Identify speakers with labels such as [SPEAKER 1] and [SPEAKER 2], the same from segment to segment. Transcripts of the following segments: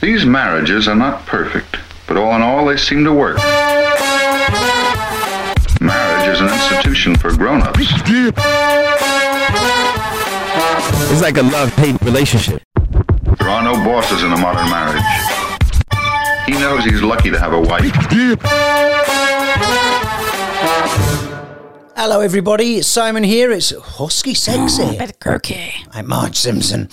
[SPEAKER 1] These marriages are not perfect, but all in all, they seem to work. Marriage is an institution for grown ups.
[SPEAKER 2] It's like a love hate relationship.
[SPEAKER 1] There are no bosses in a modern marriage. He knows he's lucky to have a wife.
[SPEAKER 3] Hello, everybody. It's Simon here. It's Husky Sexy.
[SPEAKER 4] bit croaky.
[SPEAKER 3] I'm Marge Simpson.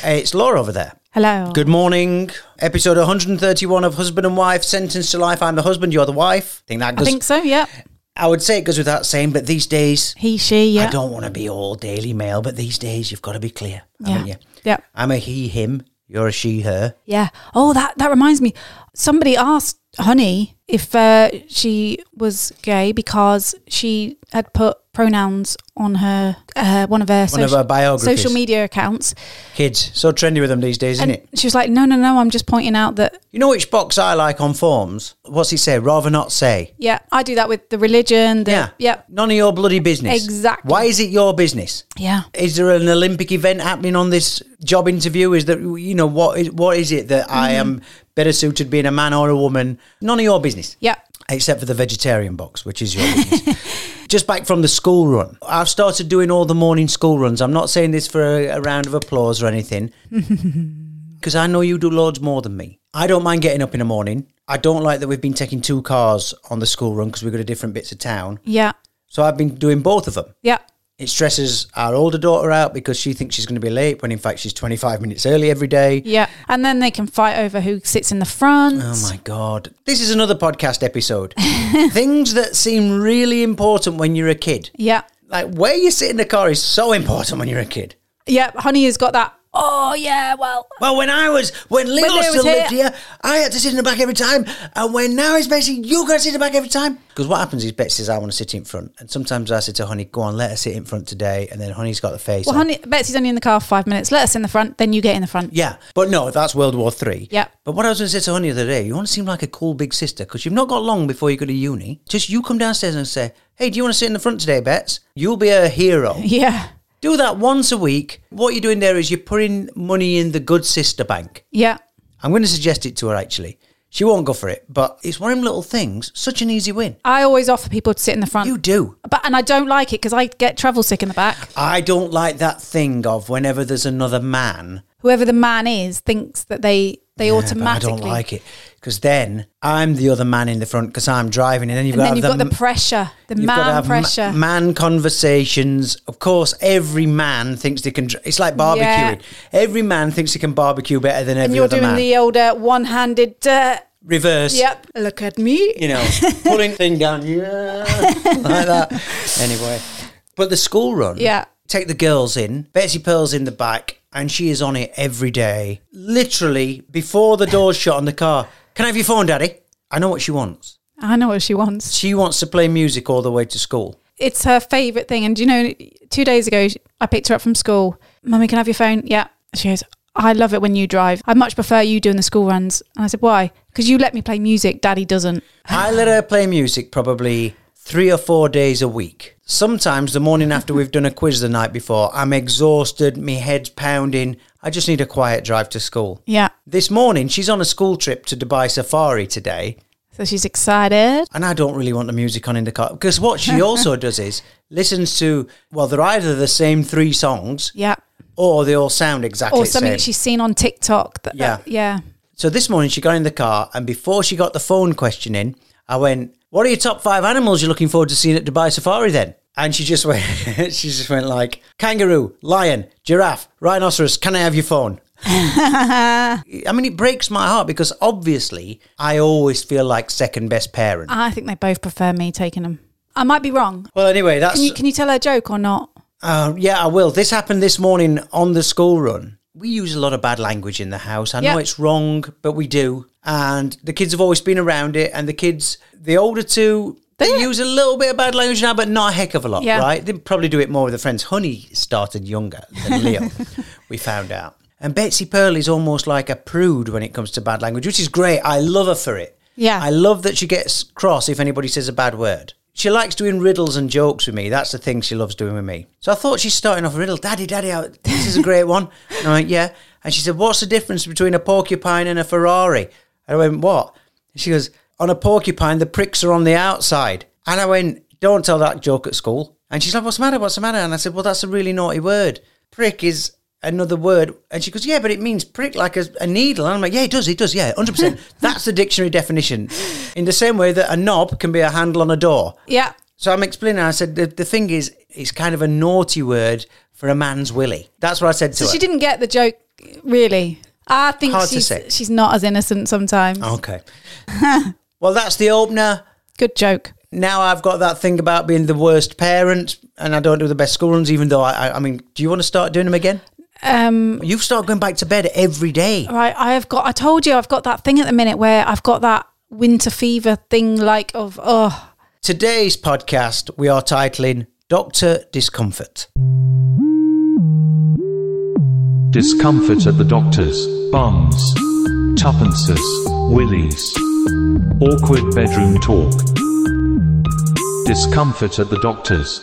[SPEAKER 3] Hey, it's Laura over there.
[SPEAKER 4] Hello.
[SPEAKER 3] Good morning. Episode 131 of Husband and Wife Sentenced to Life. I'm the husband, you're the wife. Think that
[SPEAKER 4] I
[SPEAKER 3] goes.
[SPEAKER 4] think so. Yeah.
[SPEAKER 3] I would say it goes without saying, but these days,
[SPEAKER 4] He, she. Yeah.
[SPEAKER 3] I don't want to be all Daily Mail, but these days you've got to be clear,
[SPEAKER 4] yeah.
[SPEAKER 3] haven't you?
[SPEAKER 4] Yeah.
[SPEAKER 3] I'm a he, him. You're a she, her.
[SPEAKER 4] Yeah. Oh, that that reminds me. Somebody asked Honey if uh, she was gay because she had put pronouns on her uh, one of her
[SPEAKER 3] One of her biographies.
[SPEAKER 4] social media accounts,
[SPEAKER 3] Kids, so trendy with them these days, isn't
[SPEAKER 4] and
[SPEAKER 3] it?
[SPEAKER 4] she was like, "No, no, no. I'm just pointing out that
[SPEAKER 3] You know which box I like on forms? What's he say? Rather not say.
[SPEAKER 4] yeah, I do that with the religion. The,
[SPEAKER 3] yeah.
[SPEAKER 4] Yep.
[SPEAKER 3] None of your bloody business.
[SPEAKER 4] Exactly.
[SPEAKER 3] Why is it your business?
[SPEAKER 4] Yeah.
[SPEAKER 3] Is there an Olympic event happening on this job interview? Is that you know what is what is it that I am better suited being a man or a woman? None of your business,
[SPEAKER 4] Mm-hmm. Yeah.
[SPEAKER 3] except for the vegetarian box, which is your business. Just back from the school run, I've started doing all the morning school runs. I'm not saying this for a, a round of applause or anything, because I know you do loads more than me. I don't mind getting up in the morning. I don't like that we've been taking two cars on the school run because we go to different bits of town.
[SPEAKER 4] Yeah.
[SPEAKER 3] So I've been doing both of them
[SPEAKER 4] Yeah.
[SPEAKER 3] it stresses our older daughter out because she thinks she's going to be late when in fact she's 25 minutes early every day.
[SPEAKER 4] Yeah. And then they can fight over who sits in the front.
[SPEAKER 3] Oh my God. This is another podcast episode. Things that seem really important when you're a kid.
[SPEAKER 4] Yeah.
[SPEAKER 3] Like where you sit in the car is so important when you're a kid.
[SPEAKER 4] Yeah. Honey has got that. Oh yeah. Well.
[SPEAKER 3] Well, when I was, when Leo
[SPEAKER 4] Leo was
[SPEAKER 3] still lived
[SPEAKER 4] here-
[SPEAKER 3] here, I had to sit in the back every time. And when now it's basically, you got to sit in the back every time. Because what happens is Betsy says, I want to sit in front. And sometimes I say to Honey, go on, let her sit in front today. And then Honey's got the face.
[SPEAKER 4] Well,
[SPEAKER 3] on.
[SPEAKER 4] honey, Betsy's only in the car for five minutes. Let us in the front, then you get in the front.
[SPEAKER 3] Yeah, but no, that's World War Three.
[SPEAKER 4] Yeah.
[SPEAKER 3] But what I was going to say to Honey the other day, you want to seem like a cool big sister because you've not got long before you go to uni. Just you come downstairs and say, "Hey, do you want to sit in the front today, Bets?" You'll be a hero.
[SPEAKER 4] Yeah.
[SPEAKER 3] do that once a week. What you're doing there is you're putting money in the good sister bank.
[SPEAKER 4] Yeah.
[SPEAKER 3] I'm going to suggest it to her actually. She won't go for it, but it's one of them little things. Such an easy win.
[SPEAKER 4] I always offer people to sit in the front.
[SPEAKER 3] You do.
[SPEAKER 4] But and I don't like it because I get travel sick in the back.
[SPEAKER 3] I don't like that thing of whenever there's another man.
[SPEAKER 4] Whoever the man is thinks that they they
[SPEAKER 3] Yeah, but
[SPEAKER 4] automatically
[SPEAKER 3] I don't like it because then I'm the other man in the front because I'm driving, and then you've
[SPEAKER 4] And
[SPEAKER 3] got
[SPEAKER 4] then
[SPEAKER 3] to
[SPEAKER 4] you've
[SPEAKER 3] have
[SPEAKER 4] got the pressure, the
[SPEAKER 3] You've got to
[SPEAKER 4] man
[SPEAKER 3] have ma-
[SPEAKER 4] pressure.
[SPEAKER 3] man conversations. Of course, every man thinks they can. dr- It's like barbecuing.
[SPEAKER 4] Yeah.
[SPEAKER 3] Every man thinks he can barbecue better than every
[SPEAKER 4] and you're
[SPEAKER 3] other
[SPEAKER 4] doing
[SPEAKER 3] man.
[SPEAKER 4] the old uh, one-handed. Uh,
[SPEAKER 3] Reverse.
[SPEAKER 4] yep. Look at me.
[SPEAKER 3] You know, pulling thing down. Yeah, like that. Anyway, but the school run.
[SPEAKER 4] Yeah.
[SPEAKER 3] take the girls in. Betsy Pearl's in the back, and she is on it every day. Literally, before the doors shut on the car, can I have your phone, Daddy? I know what she wants.
[SPEAKER 4] I know what she wants.
[SPEAKER 3] She wants to play music all the way to school.
[SPEAKER 4] It's her favourite thing. And do you know, two days ago, sh- I picked her up from school. Mummy, can I have your phone? Yeah. She goes, I love it when you drive. I much prefer you doing the school runs. And I said, why? Because you let me play music. Daddy doesn't.
[SPEAKER 3] I let her play music probably three or four days a week. Sometimes the morning after we've done a quiz the night before, I'm exhausted, my head's pounding. I just need a quiet drive to school.
[SPEAKER 4] Yeah.
[SPEAKER 3] This morning, she's on a school trip to Dubai Safari today,
[SPEAKER 4] So she's excited.
[SPEAKER 3] and I don't really want the music on in the car because what she also does is listens to, well, they're either the same three songs
[SPEAKER 4] Yeah.
[SPEAKER 3] or they all sound exactly
[SPEAKER 4] Or
[SPEAKER 3] the
[SPEAKER 4] something
[SPEAKER 3] same.
[SPEAKER 4] that she's seen on TikTok. That,
[SPEAKER 3] Yeah.
[SPEAKER 4] that- yeah.
[SPEAKER 3] So this morning she got in the car, and before she got the phone question in, I went, "What are your top five animals you're looking forward to seeing at Dubai Safari?" Then, and she just went, she just went like kangaroo, lion, giraffe, rhinoceros. Can I have your phone? I mean, it breaks my heart because obviously I always feel like second best parent.
[SPEAKER 4] I think they both prefer me taking them. I might be wrong.
[SPEAKER 3] well, anyway, that's
[SPEAKER 4] Can you, can you tell her a joke or not?
[SPEAKER 3] Uh, yeah, I will. This happened this morning on the school run. We use a lot of bad language in the house. I know
[SPEAKER 4] Yeah.
[SPEAKER 3] it's wrong, but we do. And the kids have always been around it. And the kids, the older two, they use a little bit of bad language now, but not a heck of a lot,
[SPEAKER 4] Yeah.
[SPEAKER 3] right? They probably do it more with their friends. Honey started younger than Leo, we found out. And Betsy Pearl is almost like a prude when it comes to bad language, which is great. I love her for it.
[SPEAKER 4] Yeah.
[SPEAKER 3] I love that she gets cross if anybody says a bad word. She likes doing riddles and jokes with me. That's the thing she loves doing with me. So I thought she's starting off a riddle. Daddy, daddy, I, this is a great one. And I went, yeah. And she said, what's the difference between a porcupine and a Ferrari? And I went, what? And she goes, on a porcupine, the pricks are on the outside. And I went, don't tell that joke at school. And she's like, what's the matter? What's the matter? And I said, well, that's a really naughty word. Prick is another word. And she goes, yeah, but it means prick like a, a needle. And I'm like, yeah, it does. It does. Yeah, 100%. That's the dictionary definition. In the same way that a knob can be a handle on a door.
[SPEAKER 4] Yeah.
[SPEAKER 3] So I'm explaining. I said, the, the thing is, it's kind of a naughty word for a man's willy. That's what I said to
[SPEAKER 4] So
[SPEAKER 3] her.
[SPEAKER 4] she didn't get the joke, really. I think
[SPEAKER 3] Hard to
[SPEAKER 4] she's,
[SPEAKER 3] say. Oh.
[SPEAKER 4] she's not as innocent sometimes.
[SPEAKER 3] Okay. well, that's the opener.
[SPEAKER 4] Good joke.
[SPEAKER 3] Now I've got that thing about being the worst parent and I don't do the best school runs, even though I, I, I mean, do you want to start doing them again?
[SPEAKER 4] Um,
[SPEAKER 3] You start going back to bed every day.
[SPEAKER 4] right, I have got. I told you I've got that thing at the minute where I've got that winter fever thing, like of oh,
[SPEAKER 3] Today's podcast, we are titling Doctor Discomfort.
[SPEAKER 5] Discomfort at the doctor's, bums, tuppences, willies. Awkward bedroom talk. Discomfort at the doctor's.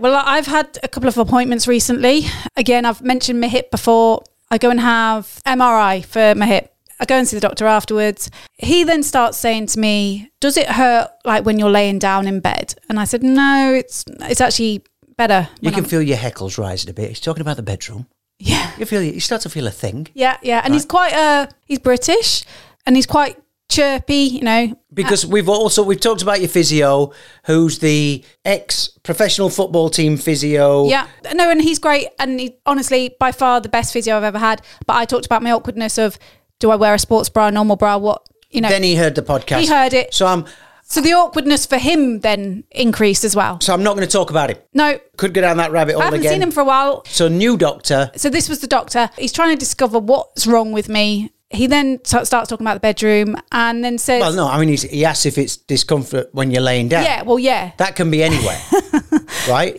[SPEAKER 4] well, I- I've had a couple of appointments recently. Again, I've mentioned my hip before. I go and have MRI for my hip. I go and see the doctor afterwards. He then starts saying to me, "Does it hurt like when you're laying down in bed?" And I said, "No, it's it's actually better."
[SPEAKER 3] You
[SPEAKER 4] when
[SPEAKER 3] can
[SPEAKER 4] I'm-
[SPEAKER 3] feel your heckles rising a bit. He's talking about the bedroom.
[SPEAKER 4] yeah.
[SPEAKER 3] You feel you start to feel a thing.
[SPEAKER 4] Yeah, yeah, and he's quite uh he's British and he's quite chirpy, you know.
[SPEAKER 3] Because we've also we've talked about your physio, who's the ex professional football team physio.
[SPEAKER 4] Yeah, no, and he's great, and he, honestly, by far the best physio I've ever had. But I talked about my awkwardness of do I wear a sports bra, normal bra, what you know.
[SPEAKER 3] Then he heard the podcast.
[SPEAKER 4] He heard it.
[SPEAKER 3] So I'm
[SPEAKER 4] so the awkwardness for him then increased as well.
[SPEAKER 3] so I'm not going to talk about it.
[SPEAKER 4] No,
[SPEAKER 3] Could go down that rabbit hole
[SPEAKER 4] I haven't
[SPEAKER 3] again.
[SPEAKER 4] seen him for a while.
[SPEAKER 3] so new doctor.
[SPEAKER 4] So this was the doctor. He's trying to discover what's wrong with me. He then t- starts talking about the bedroom and then says,
[SPEAKER 3] Well, no, I mean he's, he asks if it's discomfort when you're laying down.
[SPEAKER 4] "Yeah, well, yeah."
[SPEAKER 3] That can be anywhere, right?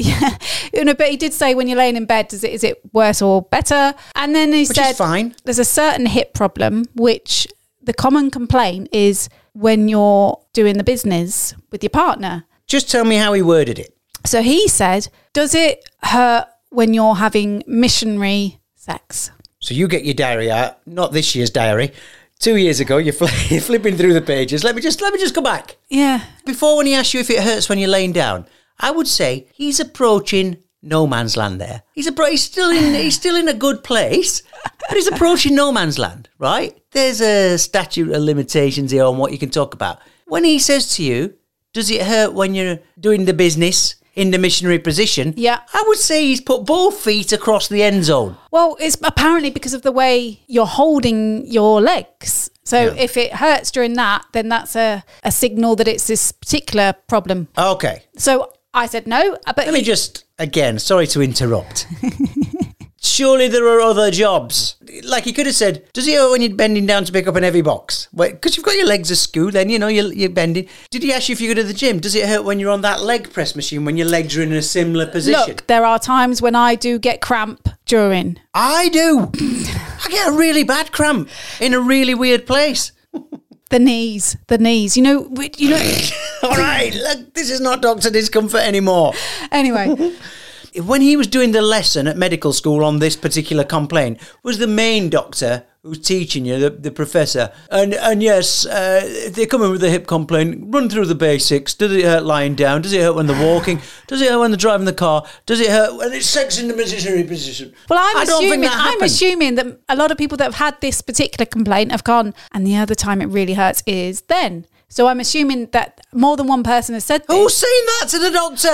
[SPEAKER 4] You know, but he did say when you're laying in bed, does it is it worse or better? And then he
[SPEAKER 3] Which is
[SPEAKER 4] said,
[SPEAKER 3] fine.
[SPEAKER 4] There's a certain hip problem, which the common complaint is when you're doing the business with your partner.
[SPEAKER 3] Just tell me how he worded it.
[SPEAKER 4] So he said, does it hurt when you're having missionary sex?
[SPEAKER 3] So you get your diary out, not this year's diary. Two years ago, you're, fl- you're flipping through the pages. Let me just let me just go back
[SPEAKER 4] Yeah,
[SPEAKER 3] before when he asks you if it hurts when you're laying down. I would say he's approaching no man's land. There, he's a he's still in he's still in a good place, but he's approaching no man's land. Right? There's a statute of limitations here on what you can talk about. When he says to you, "Does it hurt when you're doing the business?" In the missionary position,
[SPEAKER 4] Yeah.
[SPEAKER 3] I would say he's put both feet across the end zone.
[SPEAKER 4] Well, it's apparently because of the way you're holding your legs. So if it hurts during that, then that's a, a signal that it's this particular problem.
[SPEAKER 3] Okay,
[SPEAKER 4] So I said no, but
[SPEAKER 3] Let me just again. Sorry to interrupt. Surely there are other jobs. Like he could have said, "Does he owe when you're bending down to pick up an heavy box?" Because you've got your legs askew, then you know you're, you're bending. Did he ask you if you go to the gym? Does it hurt when you're on that leg press machine when your legs are in a similar position?
[SPEAKER 4] look, there are times when I do get cramp during.
[SPEAKER 3] I do. I get a really bad cramp in a really weird place.
[SPEAKER 4] The knees, the knees. You know, we- you know.
[SPEAKER 3] All right, look, this is not doctor discomfort anymore.
[SPEAKER 4] anyway,
[SPEAKER 3] when he was doing the lesson at medical school on this particular complaint, was the main doctor who's teaching you, the, the professor. And and yes, uh, they come in with a hip complaint. Run through the basics. Does it hurt lying down? Does it hurt when they're walking? Does it hurt when they're driving the car? Does it hurt when it's sex in the missionary position?
[SPEAKER 4] well, I'm
[SPEAKER 3] I don't think
[SPEAKER 4] assuming
[SPEAKER 3] that
[SPEAKER 4] I'm
[SPEAKER 3] happened.
[SPEAKER 4] assuming that a lot of people that have had this particular complaint have gone, and the other time it really hurts is then. So I'm assuming that more than one person has said this.
[SPEAKER 3] Who's saying that to the doctor?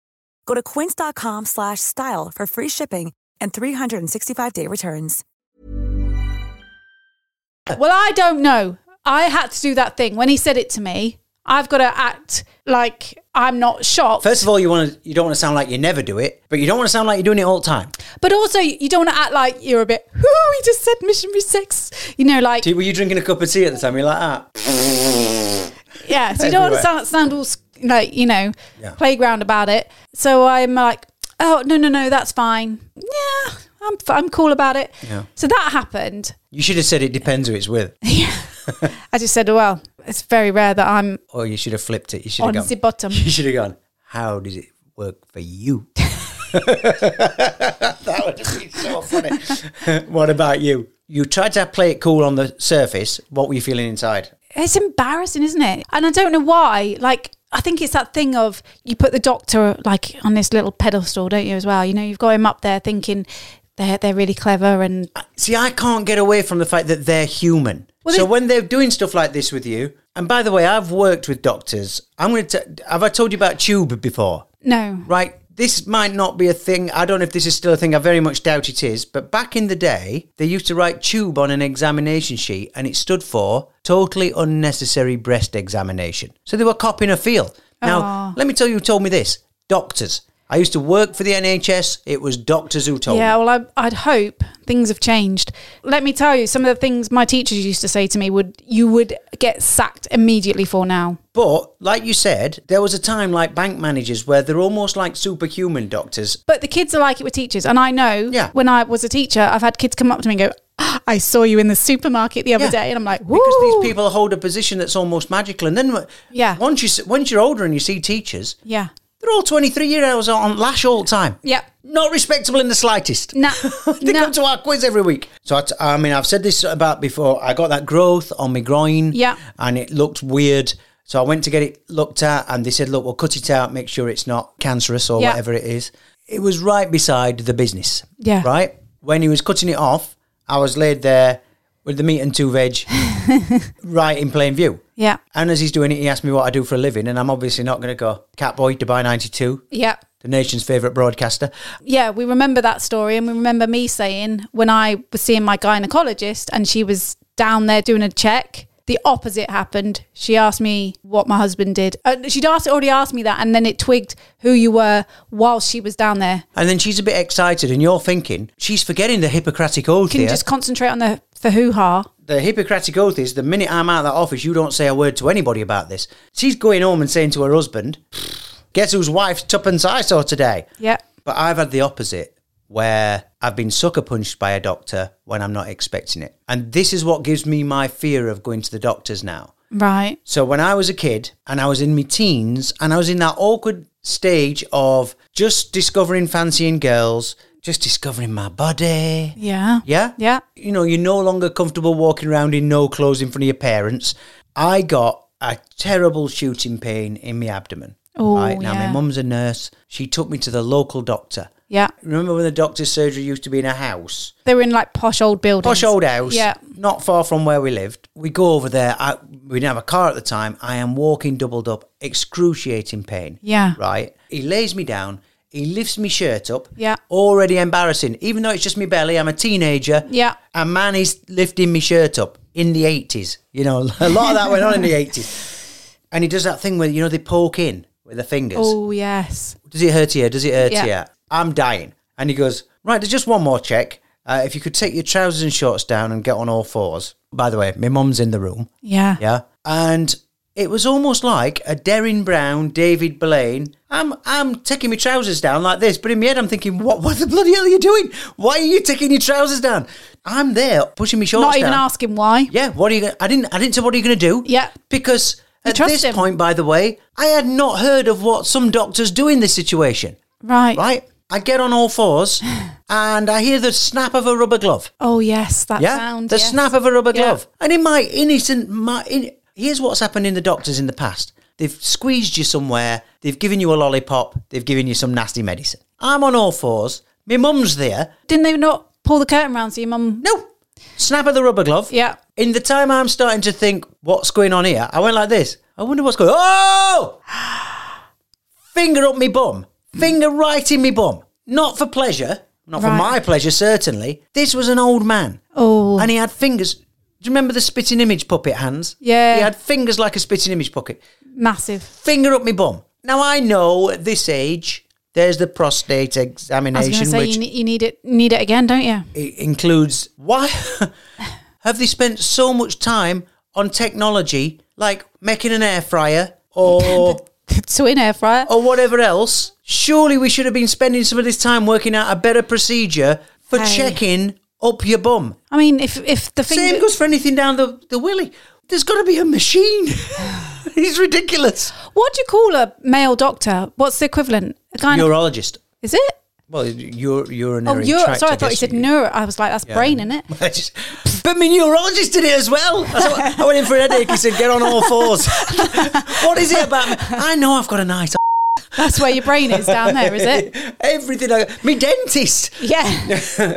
[SPEAKER 6] Go to quince.com/style slash style for free shipping and 365-day returns.
[SPEAKER 4] Well, I don't know. I had to do that thing when he said it to me. I've got to act like I'm not shocked.
[SPEAKER 3] First of all, you want to you don't want to sound like you never do it, but you don't want to sound like you're doing it all the time.
[SPEAKER 4] But also, you don't want to act like you're a bit, whoo, he just said missionary sex. You know, like,
[SPEAKER 3] Tea- Were you drinking a cup of tea at the time? You're like "Ah, that.
[SPEAKER 4] yeah. So you don't want to
[SPEAKER 3] everywhere.
[SPEAKER 4] sound, sound all, s- like, you know,
[SPEAKER 3] Yeah.
[SPEAKER 4] playground about it. So I'm like, oh, no, no, no, that's fine. Yeah, I'm, f- I'm cool about it.
[SPEAKER 3] Yeah.
[SPEAKER 4] So that happened.
[SPEAKER 3] You should have said it depends who it's with,
[SPEAKER 4] I just said, well, it's very rare that I'm
[SPEAKER 3] or Oh, you should have flipped it. You should
[SPEAKER 4] on
[SPEAKER 3] have gone.
[SPEAKER 4] the bottom.
[SPEAKER 3] You should have gone. How does it work for you? that would have been so funny. what about you? You tried to play it cool on the surface. What were you feeling inside?
[SPEAKER 4] it's embarrassing, isn't it? And I don't know why. Like, I think it's that thing of you put the doctor like on this little pedestal, don't you? As well, you know, you've got him up there thinking they're they're really clever, and
[SPEAKER 3] See, I can't get away from the fact that they're human.
[SPEAKER 4] Well,
[SPEAKER 3] so
[SPEAKER 4] they-
[SPEAKER 3] when they're doing stuff like this with you, and by the way, I've worked with doctors. I'm going to. Have I told you about Tube before?
[SPEAKER 4] no,
[SPEAKER 3] Right. This might not be a thing. I don't know if this is still a thing. I very much doubt it is. But back in the day, they used to write tube on an examination sheet and it stood for totally unnecessary breast examination. So they were copying a feel. Now,
[SPEAKER 4] Oh.
[SPEAKER 3] let me tell you who told me this doctors. I used to work for the NHS. It was doctors who told
[SPEAKER 4] yeah.
[SPEAKER 3] me.
[SPEAKER 4] Well, I, I'd hope things have changed. Let me tell you, some of the things my teachers used to say to me would you would get sacked immediately for now.
[SPEAKER 3] But, like you said, there was a time like bank managers where they're almost like superhuman doctors.
[SPEAKER 4] But the kids are like it with teachers, and I know
[SPEAKER 3] Yeah.
[SPEAKER 4] when I was a teacher, I've had kids come up to me and go, "Ah, "I saw you in the supermarket the other
[SPEAKER 3] Yeah.
[SPEAKER 4] day," and I'm like, Woo.
[SPEAKER 3] Because these people hold a position that's almost magical. And then
[SPEAKER 4] Yeah.
[SPEAKER 3] once, you, s- once you're older and you see teachers,
[SPEAKER 4] yeah,
[SPEAKER 3] They're all 23 year olds on lash all the time.
[SPEAKER 4] yeah.
[SPEAKER 3] Not respectable in the slightest.
[SPEAKER 4] Nah,
[SPEAKER 3] they
[SPEAKER 4] nah.
[SPEAKER 3] come to our quiz every week. So, I, t- I mean, I've said this about before. I got that growth on my groin.
[SPEAKER 4] Yeah.
[SPEAKER 3] And it looked weird. So I went to get it looked at, and they said, look, we'll cut it out, make sure it's not cancerous or
[SPEAKER 4] Yeah.
[SPEAKER 3] whatever it is. It was right beside the business.
[SPEAKER 4] Yeah.
[SPEAKER 3] Right? When he was cutting it off, I was laid there with the meat and two veg right in plain view.
[SPEAKER 4] Yeah.
[SPEAKER 3] And as he's doing it, he asked me what I do for a living, and I'm obviously not going to go Catboy Dubai '92,
[SPEAKER 4] Yeah.
[SPEAKER 3] the nation's favourite broadcaster.
[SPEAKER 4] Yeah, we remember that story and we remember me saying when I was seeing my gynecologist and she was down there doing a check, the opposite happened. She asked me what my husband did. Uh, she'd asked, already asked me that and then it twigged who you were while she was down there.
[SPEAKER 3] And then she's a bit excited, and you're thinking she's forgetting the Hippocratic Oath
[SPEAKER 4] Can
[SPEAKER 3] here.
[SPEAKER 4] you just concentrate on the the hoo-ha?
[SPEAKER 3] the Hippocratic Oath is the minute I'm out of that office, you don't say a word to anybody about this. She's going home and saying to her husband, "Guess whose wife's tuppence I saw today."
[SPEAKER 4] Yeah.
[SPEAKER 3] But I've had the opposite, where I've been sucker punched by a doctor when I'm not expecting it. And this is what gives me my fear of going to the doctors now.
[SPEAKER 4] Right.
[SPEAKER 3] So when I was a kid and I was in my teens and I was in that awkward stage of just discovering fancying girls, just discovering my body.
[SPEAKER 4] Yeah.
[SPEAKER 3] Yeah?
[SPEAKER 4] Yeah.
[SPEAKER 3] You know, you're no longer comfortable walking around in no clothes in front of your parents. I got a terrible shooting pain in my abdomen.
[SPEAKER 4] Oh,
[SPEAKER 3] Now,
[SPEAKER 4] yeah.
[SPEAKER 3] my mum's a nurse. She took me to the local doctor.
[SPEAKER 4] Yeah.
[SPEAKER 3] Remember when the doctor's surgery used to be in a house?
[SPEAKER 4] They were in like posh old buildings.
[SPEAKER 3] Posh old house.
[SPEAKER 4] Yeah.
[SPEAKER 3] Not far from where we lived. We go over there. I, we didn't have a car at the time. I am walking doubled up, excruciating pain.
[SPEAKER 4] Yeah.
[SPEAKER 3] Right. He lays me down. He lifts my shirt up.
[SPEAKER 4] Yeah.
[SPEAKER 3] Already embarrassing. Even though it's just my belly, I'm a teenager.
[SPEAKER 4] Yeah.
[SPEAKER 3] A man is lifting my shirt up in the 80s. You know, a lot of that went on in the 80s. And he does that thing where, you know, they poke in with their fingers.
[SPEAKER 4] Oh, yes.
[SPEAKER 3] Does it hurt here? Does it hurt
[SPEAKER 4] Yeah.
[SPEAKER 3] here? I'm dying. And he goes, Right, there's just one more check. Uh, if you could take your trousers and shorts down and get on all fours. By the way, my mum's in the room.
[SPEAKER 4] Yeah.
[SPEAKER 3] Yeah. And it was almost like a Derrin Brown, David Blaine. I'm I'm taking my trousers down like this, but in my head I'm thinking, what what the bloody hell are you doing? Why are you taking your trousers down? I'm there pushing my shorts
[SPEAKER 4] Not even
[SPEAKER 3] down.
[SPEAKER 4] asking why.
[SPEAKER 3] Yeah, what are you gonna I didn't I didn't say what are you gonna do?
[SPEAKER 4] Yeah.
[SPEAKER 3] Because
[SPEAKER 4] You
[SPEAKER 3] at
[SPEAKER 4] trust
[SPEAKER 3] this
[SPEAKER 4] him.
[SPEAKER 3] point, by the way, I had not heard of what some doctors do in this situation.
[SPEAKER 4] Right.
[SPEAKER 3] Right? I get on all fours and I hear the snap of a rubber glove.
[SPEAKER 4] Oh, yes. That
[SPEAKER 3] yeah?
[SPEAKER 4] sound.
[SPEAKER 3] the
[SPEAKER 4] yes.
[SPEAKER 3] snap of a rubber
[SPEAKER 4] Yeah.
[SPEAKER 3] glove. And in my innocent my in, here's what's happened in the doctors in the past. They've squeezed you somewhere, they've given you a lollipop, they've given you some nasty medicine. I'm on all fours, my mum's there.
[SPEAKER 4] Didn't they not pull the curtain round so your mum?
[SPEAKER 3] No. Snap of the rubber glove.
[SPEAKER 4] Yeah.
[SPEAKER 3] In the time I'm starting to think, what's going on here? I went like this. I wonder what's going Oh! Finger up me bum. Finger right in me bum. Not for pleasure. Not for
[SPEAKER 4] Right.
[SPEAKER 3] my pleasure, certainly. This was an old man.
[SPEAKER 4] Oh.
[SPEAKER 3] And he had fingers. Do you remember the spitting image puppet hands?
[SPEAKER 4] Yeah.
[SPEAKER 3] He had fingers like a spitting image puppet.
[SPEAKER 4] Massive.
[SPEAKER 3] Finger up me bum. Now I know at this age, there's the prostate
[SPEAKER 4] I was going
[SPEAKER 3] examination,
[SPEAKER 4] to say
[SPEAKER 3] which
[SPEAKER 4] you, ne- you need it need it again, don't you?
[SPEAKER 3] it includes why have they spent so much time on technology like making an air fryer or
[SPEAKER 4] So in air fryer.
[SPEAKER 3] or whatever else surely we should have been spending some of this time working out a better procedure for
[SPEAKER 4] Hey.
[SPEAKER 3] checking up your bum
[SPEAKER 4] I mean, if if the
[SPEAKER 3] same
[SPEAKER 4] finger.
[SPEAKER 3] goes for anything down the, the willy there's got to be a machine it's ridiculous
[SPEAKER 4] What do you call a male doctor? What's the equivalent? A kind of,
[SPEAKER 3] urologist
[SPEAKER 4] is it?
[SPEAKER 3] well your
[SPEAKER 4] Oh,
[SPEAKER 3] urinary
[SPEAKER 4] you're,
[SPEAKER 3] tract,
[SPEAKER 4] sorry, I thought you
[SPEAKER 3] guess.
[SPEAKER 4] said neuro. I was like, that's brain, isn't it?
[SPEAKER 3] I just- but my neurologist did it as well. I, thought- I went in for an headache. He said, "Get on all fours." what is it about me? I know I've got a nice.
[SPEAKER 4] That's where your brain is down there, is it?
[SPEAKER 3] Everything. I, my dentist.
[SPEAKER 4] Yeah.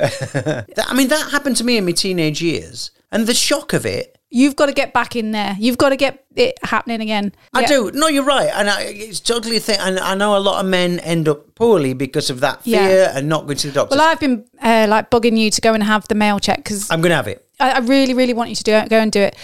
[SPEAKER 3] That- I mean, that happened to me in my teenage years, and the shock of it.
[SPEAKER 4] You've got to get back in there. You've got to get it happening again.
[SPEAKER 3] I
[SPEAKER 4] Yeah.
[SPEAKER 3] do. No, you're right, and I, it's totally a thing. And I know a lot of men end up poorly because of that fear
[SPEAKER 4] Yeah.
[SPEAKER 3] and not going to the doctor.
[SPEAKER 4] Well, I've been uh, like bugging you to go and have the mail check because
[SPEAKER 3] I'm going to have it.
[SPEAKER 4] I, I really, really want you to do it, go and do it.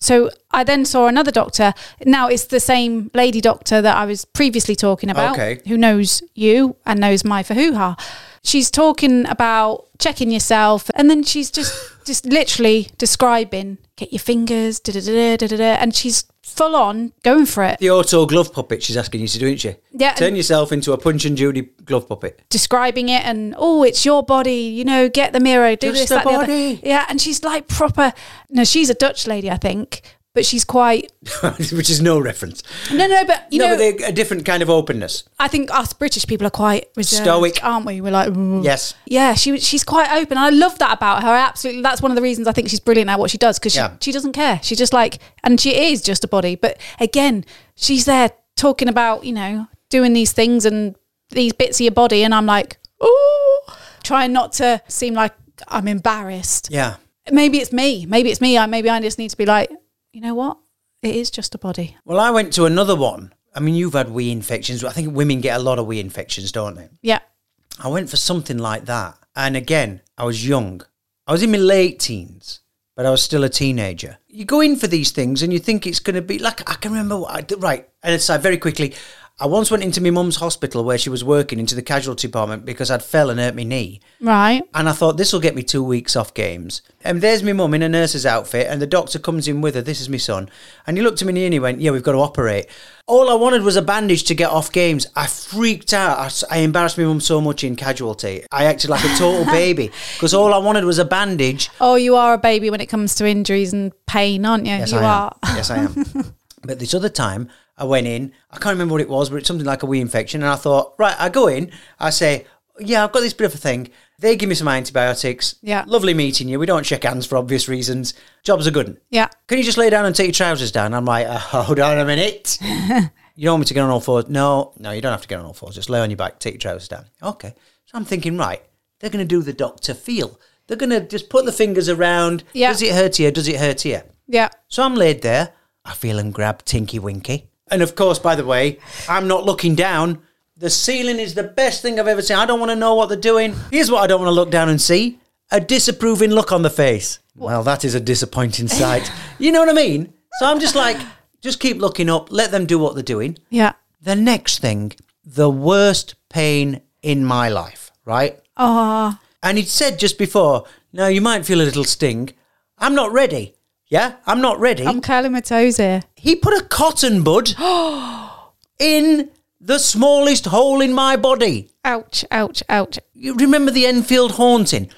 [SPEAKER 4] So I then saw another doctor. Now it's the same lady doctor that I was previously talking about,
[SPEAKER 3] Okay.
[SPEAKER 4] who knows you and knows my fahuha. She's talking about checking yourself, and then she's just just literally describing get your fingers, da da da da da da, and she's full on going for it,
[SPEAKER 3] The auto glove puppet she's asking you to do, isn't she?
[SPEAKER 4] Yeah,
[SPEAKER 3] Turn
[SPEAKER 4] and-
[SPEAKER 3] yourself into a Punch and Judy glove puppet.
[SPEAKER 4] describing it, and oh, it's your body, you know, get the mirror, do
[SPEAKER 3] Just
[SPEAKER 4] this,
[SPEAKER 3] the
[SPEAKER 4] that, the
[SPEAKER 3] body.
[SPEAKER 4] other. Yeah, and she's like proper. No, she's a Dutch lady, I think, but she's quite
[SPEAKER 3] Which is no reference.
[SPEAKER 4] No, no, but you
[SPEAKER 3] no,
[SPEAKER 4] know,
[SPEAKER 3] but they're a different kind of openness.
[SPEAKER 4] I think us British people are quite reserved,
[SPEAKER 3] Stoic.
[SPEAKER 4] aren't we? We're like, "Ooh."
[SPEAKER 3] Yes.
[SPEAKER 4] yeah. She was- she's quite open. I love that about her. I absolutely, that's one of the reasons I think she's brilliant at what she does because she,
[SPEAKER 3] Yeah.
[SPEAKER 4] she doesn't care. She's just like, and she is just a body. But again, she's there talking about you know doing these things and these bits of your body, and I'm like, oh, trying not to seem like I'm embarrassed.
[SPEAKER 3] Yeah.
[SPEAKER 4] Maybe it's me. Maybe it's me. I maybe I just need to be like, you know what? It is just a body.
[SPEAKER 3] Well, I went to another one. I mean, you've had wee infections. I think women get a lot of wee infections, don't they?
[SPEAKER 4] Yeah.
[SPEAKER 3] I went for something like that. And again, I was young. I was in my late teens, but I was still a teenager. You go in for these things and you think it's going to be like, I can remember what I did. Right. And aside, very quickly, I once went into my mum's hospital where she was working into the casualty department because I'd fell and hurt my knee.
[SPEAKER 4] Right.
[SPEAKER 3] And I thought this will get me two weeks off games. And there's my mum in a nurse's outfit, and the doctor comes in with her. This is my son, and he looked at me in the knee and he went, "Yeah, we've got to operate." All I wanted was a bandage to get off games. I freaked out. I s- I, embarrassed my mum so much in casualty. I acted like a total baby because all I wanted was a bandage.
[SPEAKER 4] Oh, you are a baby when it comes to injuries and pain, aren't you?
[SPEAKER 3] Yes,
[SPEAKER 4] you
[SPEAKER 3] I
[SPEAKER 4] are.
[SPEAKER 3] am. Yes, I am. but this other time, I went in. I can't remember what it was, but it's something like a wee infection. And I thought, right, I go in. I say, yeah, I've got this bit of a thing. They give me some antibiotics.
[SPEAKER 4] Yeah.
[SPEAKER 3] Lovely meeting you. We don't shake hands for obvious reasons. Job's a good one.
[SPEAKER 4] Yeah.
[SPEAKER 3] Can you just lay down and take your trousers down? I'm like, uh, hold on a minute. you don't want me to get on all fours? No, no, you don't have to get on all fours. Just lay on your back, take your trousers down. Okay. So I'm thinking, right, they're going to do the doctor feel. They're going to just put the fingers around.
[SPEAKER 4] Yeah.
[SPEAKER 3] Does it hurt here? Does it hurt here?
[SPEAKER 4] Yeah.
[SPEAKER 3] So I'm laid there. I feel and grab Tinky Winky. And of course, by the way, I'm not looking down. The ceiling is the best thing I've ever seen. I don't want to know what they're doing. Here's what I don't want to look down and see a disapproving look on the face. Well, that is a disappointing sight. you know what I mean? So I'm just like, just keep looking up, let them do what they're doing.
[SPEAKER 4] Yeah.
[SPEAKER 3] The next thing, the worst pain in my life, right?
[SPEAKER 4] Oh.
[SPEAKER 3] And he'd said just before, now you might feel a little sting. I'm not ready. Yeah, I'm not ready.
[SPEAKER 4] I'm curling my toes here.
[SPEAKER 3] He put a cotton bud in the smallest hole in my body.
[SPEAKER 4] Ouch, ouch, ouch.
[SPEAKER 3] You remember the Enfield haunting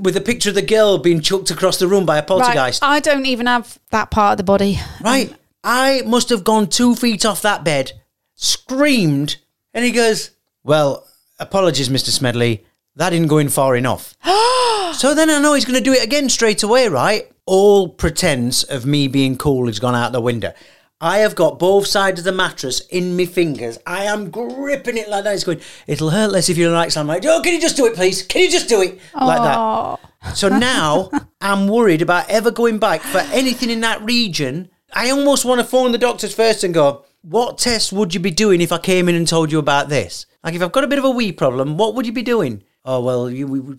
[SPEAKER 3] with the picture of the girl being chucked across the room by a
[SPEAKER 4] Right.
[SPEAKER 3] poltergeist?
[SPEAKER 4] I don't even have that part of the body.
[SPEAKER 3] Right. I must have gone two feet off that bed, screamed, and he goes, Well, apologies, Mr. Smedley. That didn't go in far enough. so then I know he's going to do it again straight away, right? All pretense of me being cool has gone out the window. I have got both sides of the mattress in my fingers. I am gripping it like that. It's going, it'll hurt less if you relax. I'm like, oh, can you just do it, please? Can you just do it? Like that.
[SPEAKER 4] Oh.
[SPEAKER 3] So now I'm worried about ever going back for anything in that region. I almost want to phone the doctors first and go, what tests would you be doing if I came in and told you about this? Like, if I've got a bit of a wee problem, what would you be doing? Oh, well, you. We, we,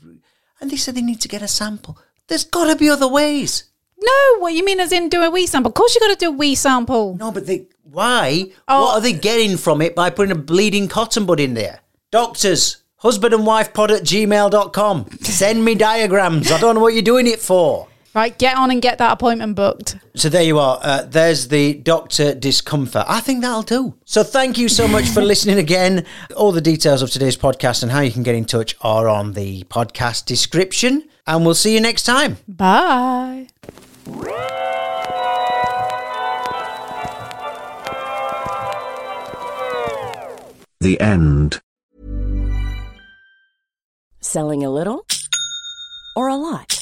[SPEAKER 3] and they said they need to get a sample. There's got to be other ways.
[SPEAKER 4] No, what you mean as in do a wee sample? Of course you got to do a wee sample.
[SPEAKER 3] No, but they. Why? What are they getting from it by putting a bleeding cotton bud in there? Doctors, husband and wife pod at gmail.com. Send me diagrams. I don't know what you're doing it for.
[SPEAKER 4] Right, get on and get that appointment booked.
[SPEAKER 3] So there you are. Uh, there's the doctor discomfort. I think that'll do. So thank you so much for listening again. All the details of today's podcast and how you can get in touch are on the podcast description. And we'll see you next time.
[SPEAKER 4] Bye.
[SPEAKER 7] The end. Selling a little or a lot?